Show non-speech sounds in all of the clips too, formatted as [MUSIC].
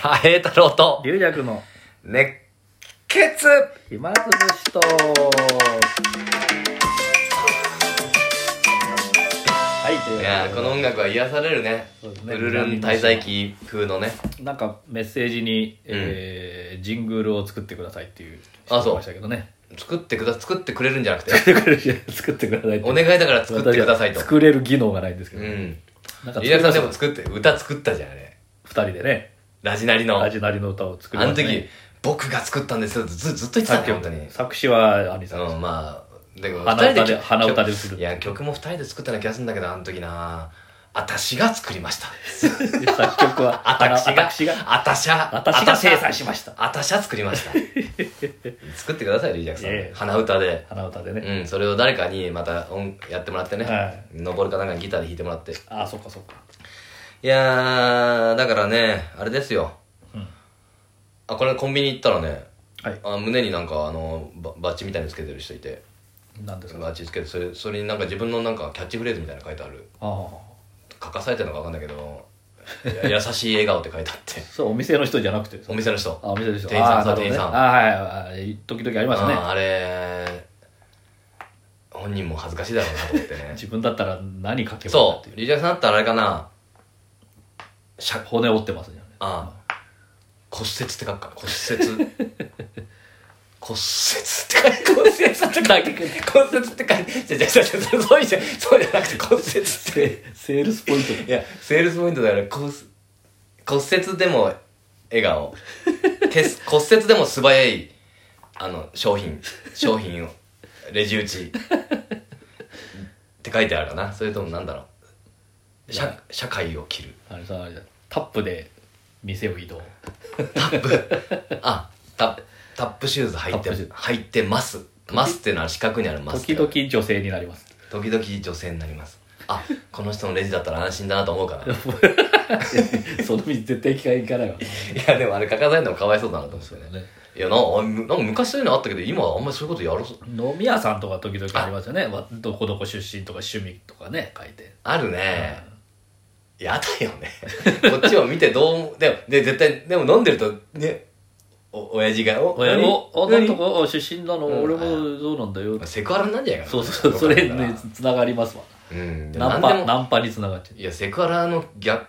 は栄太郎と、龍尺の熱血暇つぶしと。はい、といういわけでやーこの音楽は癒されるね。そうですうねるるん滞在期風のね。なんかメッセージに、えージングルを作ってくださいっていうあそうましたけどね。作ってくだ、作ってくれるんじゃなくて、作ってくださいってお願いだから作ってください私と。は作れる技能がないんですけうど、ん。なんか作リりまラしさたんでも作って、歌作ったじゃん、あれ。二人でね、ラジナリの。ラジナリの歌を作りあまのした、ね。時、僕が作ったんですよずずっと言ってた作ね、本曲当に。作詞は兄さんです、うん、まあ、でも鼻二歌で人曲鼻歌で作るいや、曲も二人で作ったような気がするんだけど、あの時な。 [LAUGHS] 私が作りました。作曲 [LAUGHS] はあたしが、私があたしゃ、私が生産しましたあたしゃ作りました。 [LAUGHS] 作ってください、リージャクさいやいん。や鼻歌で。鼻歌でね、うん、それを誰かにまた音やってもらってね。はい登るかなんかギターで弾いてもらって。いああそっかそっかやー、だからね、あれですよ。うんあ、これコンビニ行ったらね、はいあ胸になんかあのババッチみたいにつけてる人いて何ですかバッチつけてそれそれになんか自分のなんかキャッチフレーズみたいなの書いてあるああ書かされてるのか分かんないけどいや優しい笑顔って書いてあってそうお店の人じゃなくてですおか店の人あお店でしょ店員さんああそうなるほど店員さんねあはいはいはい時々ありますねああれ本人も恥ずかしいだろうなと思ってね [LAUGHS] 自分だったら何書けばいいんだそっていううリジャクさんだったらあれかなしゃ骨折ってます [LAUGHS] ねあ骨折って書くか骨折 [LAUGHS] 骨折って書いて骨折って書いて骨折って書いてじゃじゃじゃじゃそうじゃそうじゃなくて骨折ってセ [LAUGHS] セールスポイントいや、セールスポイントだから骨、骨折でも笑 [LAUGHS] 顔。けす骨折でも素早い、あの、商品、商品を、レジ打ち。って書いてあるかな。それともなんだろう。社社会を切る。あれさあれだタップで店を移動タップ。あ、タップ、タップシューズ履いタップシュてー、ズ履いてます。ますっていうのは四角にあるます。時々女性になります [LAUGHS] 時々女性になります。あ、この人のレジだったら安心だなと思 [LAUGHS] うかな。いその道絶対行かないわや、でもあれ書かされるのもかわいそうだなと思ってね。ねいやなあむなんか昔そういうのあったけど今はあんまりそういうことやろそう飲み屋さんとか時々ありますよねわどこどこ出身とか趣味とかね書いてあるね、やだよねこっちを見てどう思うでもで絶対でも飲んでるとねお親父が「お親何おお何なんとかお出身なの、うん俺もそうなんだよ、セクハラになんじゃないかなそうそうそうそれに、ねね、つながりますわうんでもナ何ンでパもナンパにつながっちゃいやセクハラの逆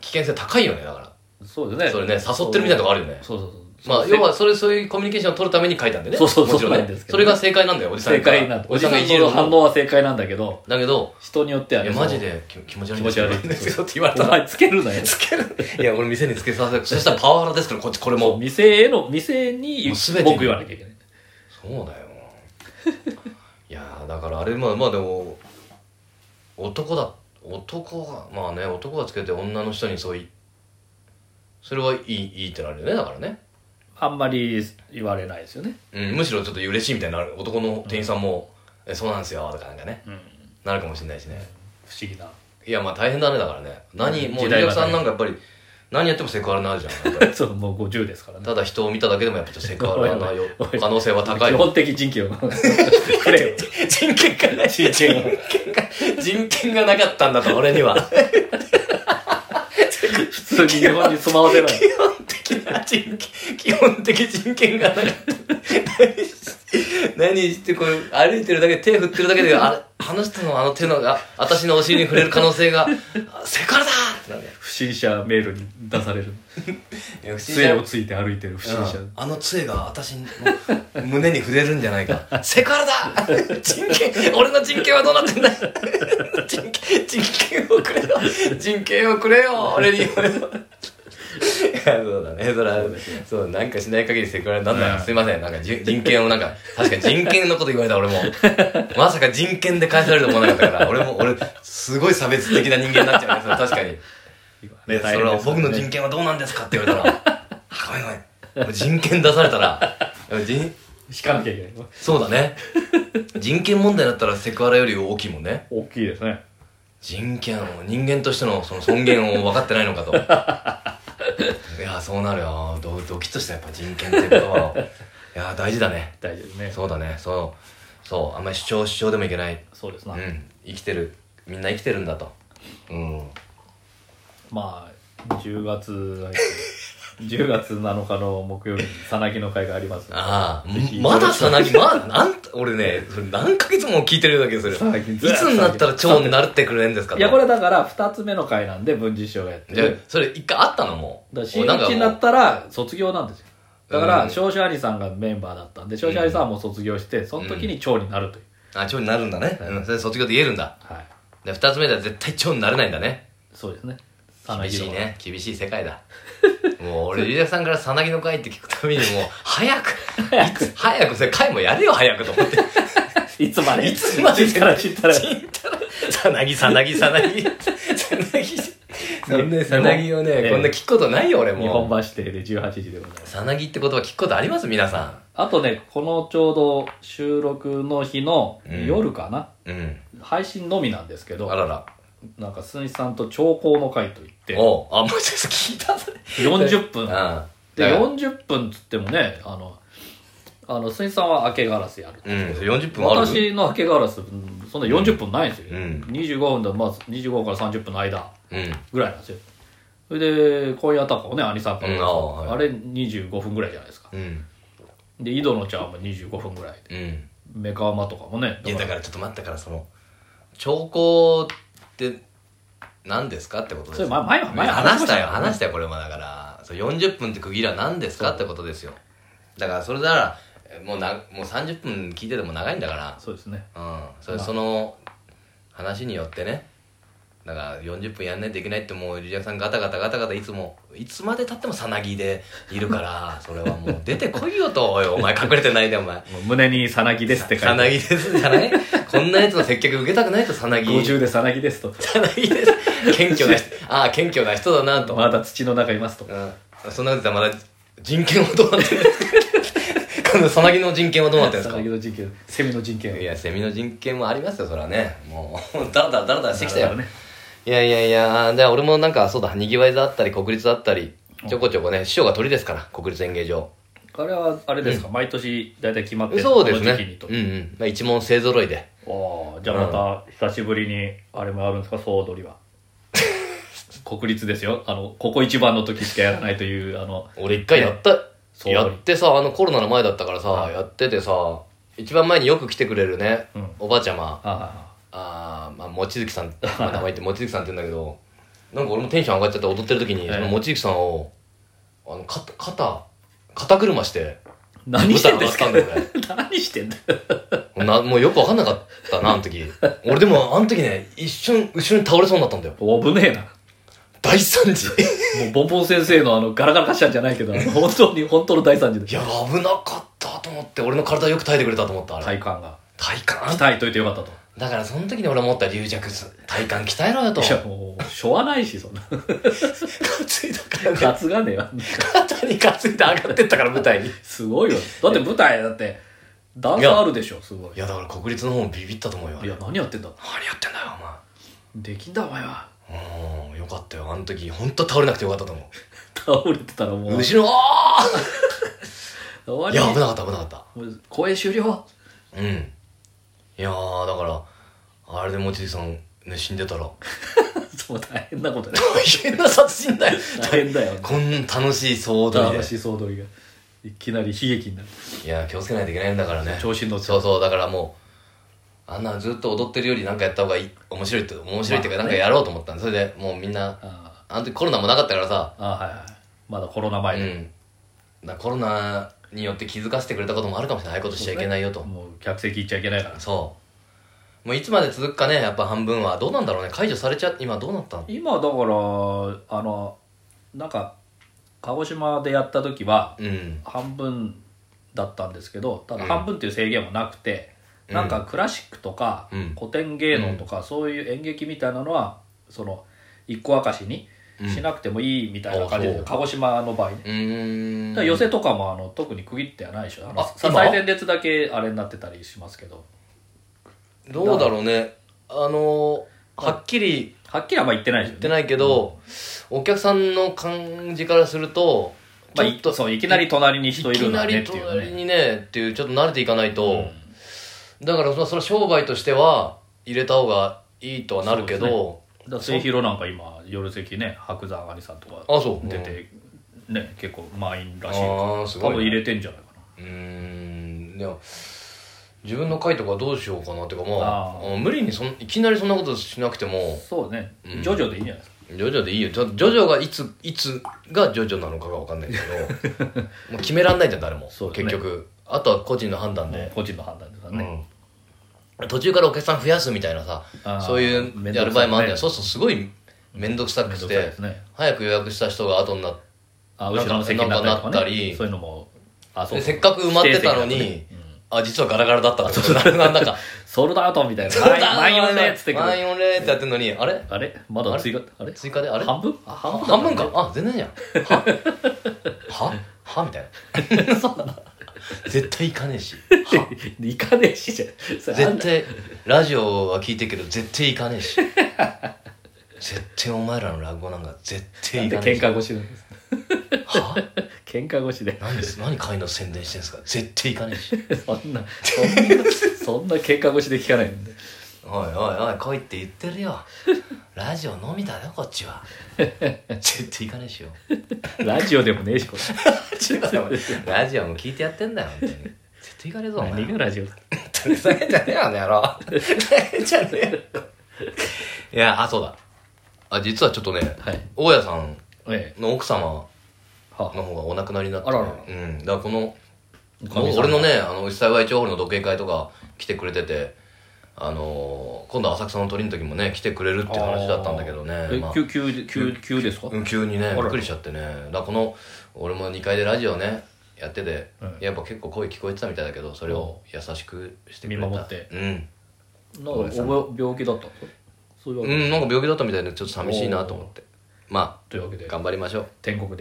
危険性高いよねだからうそうですねそれね誘ってるみたいなとこあるよねそうそうそうまあそう要はそれそういうコミュニケーションを取るために書いたんでねそうそうもちろんそうなんねですけそれどが正解なんだよおじさん正解なんだおおじじささんがいんじのる反応は正解なんだけどだけど人によってはいねやマジで気気持ち悪いです気持ち悪いですよって言われおたら前つけるなよつけるいや俺店につけさせそしたらパワハラですからこっちこれもう [LAUGHS] も店への店にもう全て文句言わなきゃいけないそうだよいやーだからあれまあまあでも男だ男がまあね男がつけて女の人にそういそれはいいいいってなるよねだからね、あんまり言われないですよね、うん、むしろちょっと嬉しいみたいになる男の店員さんも「えそうなんですよ」とかなんかねうん、なるかもしれないしね不思議ない [LAUGHS] やまあ大変だねだからね何もう時リ代はねアさんなんかやっぱり何やってもセクハラになるじゃんやっぱりそうもう50ですからねただ人を見ただけでもやっぱちょっとセクハラなよ [LAUGHS] おいおい可能性は高い基本的人権をく [LAUGHS] れよ人権がない人権がが人権がなかったんだと俺 [LAUGHS] には普通に日本に住まわせろよ基本的な人権基本的人権がなかった何し何してこれ歩いてるだけ手振ってるだけでああの人のあの手のが私のお尻に触れる可能性があセクハラだってなるね不審者メールに出されるいや不審杖者をついて歩いてる不審者うんあの杖が私の胸に触れるんじゃない [LAUGHS] かセクハラだ [LAUGHS] 人権俺の人権はどうなってんだ [LAUGHS] 人権人権をくれよ人権をくれよ俺にいやそうだねそれはそうなんかしない限りセクハラになんだよ、うんすいませんなんか人人権をなんか確かに人権のこと言われた俺もまさか人権で返されると思わなかったから俺も俺すごい差別的な人間になっちゃうねそれ確かに。ね、それは僕の人権はどうなんですかって言わ [LAUGHS] れたら、ごめんごめん。もう人権出されたら、人引かなきゃいけないそうだね。人権問題だったらセクハラより大きいもんね。大きいですね人権を、人間としてのその尊厳を分かってないの [LAUGHS] かと。いや、そうなるよ。ドドキッとしたやっぱ人権って言葉を。いや、大事だね。大丈夫ねそうだね。そう。そう。あんまり主張主張でもいけない。そうですうな、ん。生きてる。みんな生きてるんだと。うん。まあ10月 [LAUGHS] 10月7日の木曜日に、さなぎの会があります。ああ、まださなぎ、まあ、なん、俺ね、それ何ヶ月も聞いてるだけど、それ。いつさなぎになったら蝶になってくれるんですかいや、これだから、二つ目の会なんで、文治師匠がやってじゃある。それ一回あったのもう。だからも新うなんか一になったら、卒業なんですよ。だから、うん少子兄さんがメンバーだったんで、少子兄さんはもう卒業して、その時に長になるという。あ、蝶になるんだね。うん、それ卒業で言えるんだ。はい。で、二つ目では絶対蝶になれないんだね。そうですね。さな厳ぎのしい会。ね。厳しい世界だ。もう俺、ゆうやくさんからさなぎの会って聞くたびにもう、早く、いつ、早く、それ会もやれよ、早くと思 [LAUGHS] って。いつまでいつまでちんたらちん [LAUGHS] たら。ちんたら、さなぎ、さなぎ、さな [LAUGHS] ぎ、さなぎ。そんなさなぎをえね、えこんな聞くことないよ、俺日本も。橋邸で18時でございます。さなぎって言葉聞くことあります皆さあとね、このちょうど収録の日のうん夜かな、ん。うん。配信のみなんですけどあ、らら。なんか、すんいさんと長考の会といって、おうあ、もうちょっと聞いた、それ。 40う分 [LAUGHS] ん。。だで、から40分っつってもね、あの、あの、すんいさんは明けガラスやる。うん、それ40分ある。私の明けガラス、うんそんな40分ないんですよ。うん25分で、まあ、25分から30分の間うん。ぐらいなんですよ。それで、今夜タコね、兄さんから、うんああはいあれ25分ぐらいじゃないですか。うん。で、井戸のちゃんも25分ぐらいで、うん。メカワマとかもね、いや、だからちょっと待ったから、その、兆候って何ですかってことですそれ前前前話したよ、話しましたよね話したよ、これもだから。そう40分って区切りは何ですかってことですよ。だから、それなら、えもうな、もう30分聞いてても長いんだから、そうですね。うん。それ、まあその、話によってね、だから40分やんないといけないってもう、リリアさんガタガタガタガタいつも、いつまで経ってもさなぎでいる [LAUGHS] から、それはもう出てこいよと、おい、お前隠れてないで、お前。もう胸にさなぎですって書さいなて。ぎですじゃ [LAUGHS] ないこんなやつの接客受けたくないとさなぎ。 50でさなぎですと。さなぎです。謙虚な [LAUGHS] 人、ああ、謙虚な人だなと。まだ土の中いますと。うん。そんなこと言ったらまだ人権はどうなってるんですか [LAUGHS] このさなぎの人権はどうなってるんさですなぎの人権、セミの人かい権。や、セミの人権もありますよ、それはね。もう、 [LAUGHS] だらだらだらだらしてきたよ。ね。いやいやいや、じゃあ俺もなんか、そうだ、にぎわい座あったり、国立だったり、ちょこちょこね、師匠が鳥ですから、国立演芸場。あれは、あれですか、毎年大体決まってるそうですこの時期にね。とうんうん。まあ一問勢揃いで。ああ、じゃあまた久しぶりに、あれもやるんですか、総踊りは。 [LAUGHS] 国立ですよ。あの、ここ一番の時しかやらないという、あの、俺一回やった、そうやってさあのコロナの前だったからさ、はいやっててさ一番前によく来てくれるね、うんおばあちゃまああー、まあ、望月 [LAUGHS] さんまあ名前言って望月さんって言うんだけどなんか俺もテンション上がっちゃって踊ってる時に、ええその望月さんをあの肩肩肩車してあ、何してんですか舞台上がったんだよ [LAUGHS] 何してんだ俺なもうよく分かんなかったなあの [LAUGHS] 時俺でもあの時ね一瞬後ろに倒れそうになったんだよよ。危ねえな。大惨 [LAUGHS] 事もうボンボン先生のあのガラガラカシャンじゃないけど、あの本当に、本当の大惨事いで。や危なかったと思って俺の体よく耐えてくれたと思ったあれ体幹が。体感鍛えといてよかったと。だからその時に俺思った流弱体幹鍛えろよといや、もう、しょわないし、そ [LAUGHS] んな。担いだからね担がねえわ。 [LAUGHS] 肩に担いで上がってったから舞台にいすごいよ。だって舞台、だって、ダンスあるでしょ、すごい。やだから国立の方もビビったと思うよいや、何やってんだ何やってんだよできんだ、お前は。お前うんよかったよあの時本当倒れなくてよかったと思倒れてたらもうう、後ろあ終あわいりや危なかった危なかっもう公演終了。 [LAUGHS] たうんいやーだからあれで望月さんね死んでた [LAUGHS] らそう、大変なことね。大変な殺人だよ大変だよ。こんな楽しい騒動で楽しい総取りが。いきなり悲劇になる。いや気をつけないといけないんだからね調子に乗ってそうそうだからもうあんなずっと踊ってるよりなんかやった方がいい面白いって面白いっていうかまなあんねかやろうと思ったんでそれでもうみんなああの時コロナもなかったからさあ、ああはいはい。まだコロナ前うで。んだからコロナによって気づかせてくれたこともあるかもしれないああいうことしちゃいけないよともう客席行っちゃいけないから。そうもういつまで続くかねやっぱ半分はどうなんだろうね解除されちゃ今どうなったの今だからあのなんか鹿児島でやった時はうん半分だったんですけどただうん半分っていう制限もなくて、うんなんかクラシックとか、うん古典芸能とか、そういう演劇みたいなのはその一個明かしにしなくてもいいみたいな感じで、うんあそう鹿児島の場合ね。うーだんから寄席とかもあの特に区切ってはないでしょあのあさ最前列だけあれになってたりしますけどどうだろうねあのはっきりはっきりはあんま言ってないでっすてよねないけど、お客さんの感じからすると、まあちょっといそういきなり隣にい人いきるんなだねりっていう隣ねにねっていうちょっと慣れていかないと、うんだからそのその商売としては入れた方がいいとはなるけど、だから末広なんか今夜席ね白山兄さんとかあそう出てね結構満員らしいからああす多ごい、分入れてんじゃないかうーんでも自分の回とかどうしようかなっていうかまああーあ無理にそんいきなりそんなことしなくてなもそうね、うんジョジョでいいんじゃないですかジョジョでいいよちょジョジョがいついつがジョジョなのかが分かんないけど [LAUGHS] もう決めらんないじゃん誰も、そうです結ね局あとは個人の判断で、個人の判断ですからね、うん途中からお客さん増やすみたいなさあーそういうやる場合もあるじゃん、面倒くさいねそうそうすごい面倒くさめくんどてくさいですね早く予約した人が後になってあな後んかろの席になったりとか,、ね、なったりそういうのもあでせっかく埋まってたのに指定席だとねうんあ実はガラガラだったとかなんだか [LAUGHS] ソールドアウトみたいな満満員員御御礼礼っっつつっっててくるくる満員御礼ってやってんのにあれあれまだ追加あれ追加であれ半分ああ半分半分かあ全然じゃんはははみたいな絶対行かねえしいかねえしじゃんそれあ絶んな対ラジオは聞いてるけど絶対行かねえし絶対お前らの落語なんか絶な対行んでかねえ喧し嘩腰なんですは [LAUGHS] 喧嘩腰で何です何会の宣伝してんすか絶対行かねえしそ [LAUGHS] んなそんなそんな喧嘩腰で聞かないんでおいおいおい来いって言ってるよラジオのみだよこっちは絶対行かねえしよラジオでもねえしこれラジオも聞いてやってんだよ本当に絶対行かねえぞお前何がラジオだふざけんじゃねえよあの野郎ふざけんじゃねえよいやあそうだあ実はちょっとねはい大家さんええの奥様はの方がお亡くなりになってあらららうんだからこのおかみさん俺のねあの幸い町ホールの独演会とか来てくれててあのー今度浅草の鳥の時もね来てくれるっていう話だったんだけどねえまあ急急急急ですか、うん急にねあらびっくりしちゃってねだからこの俺も2階でラジオねやってて、うんやっぱ結構声聞こえてたみたいだけどそれを優しくしてくれた見守ってうんなんかお病気だったんですかそういうわうけ、ん、なんか病気だったみたいでちょっと寂しいなと思ってまというわけあで頑張りましょう天国で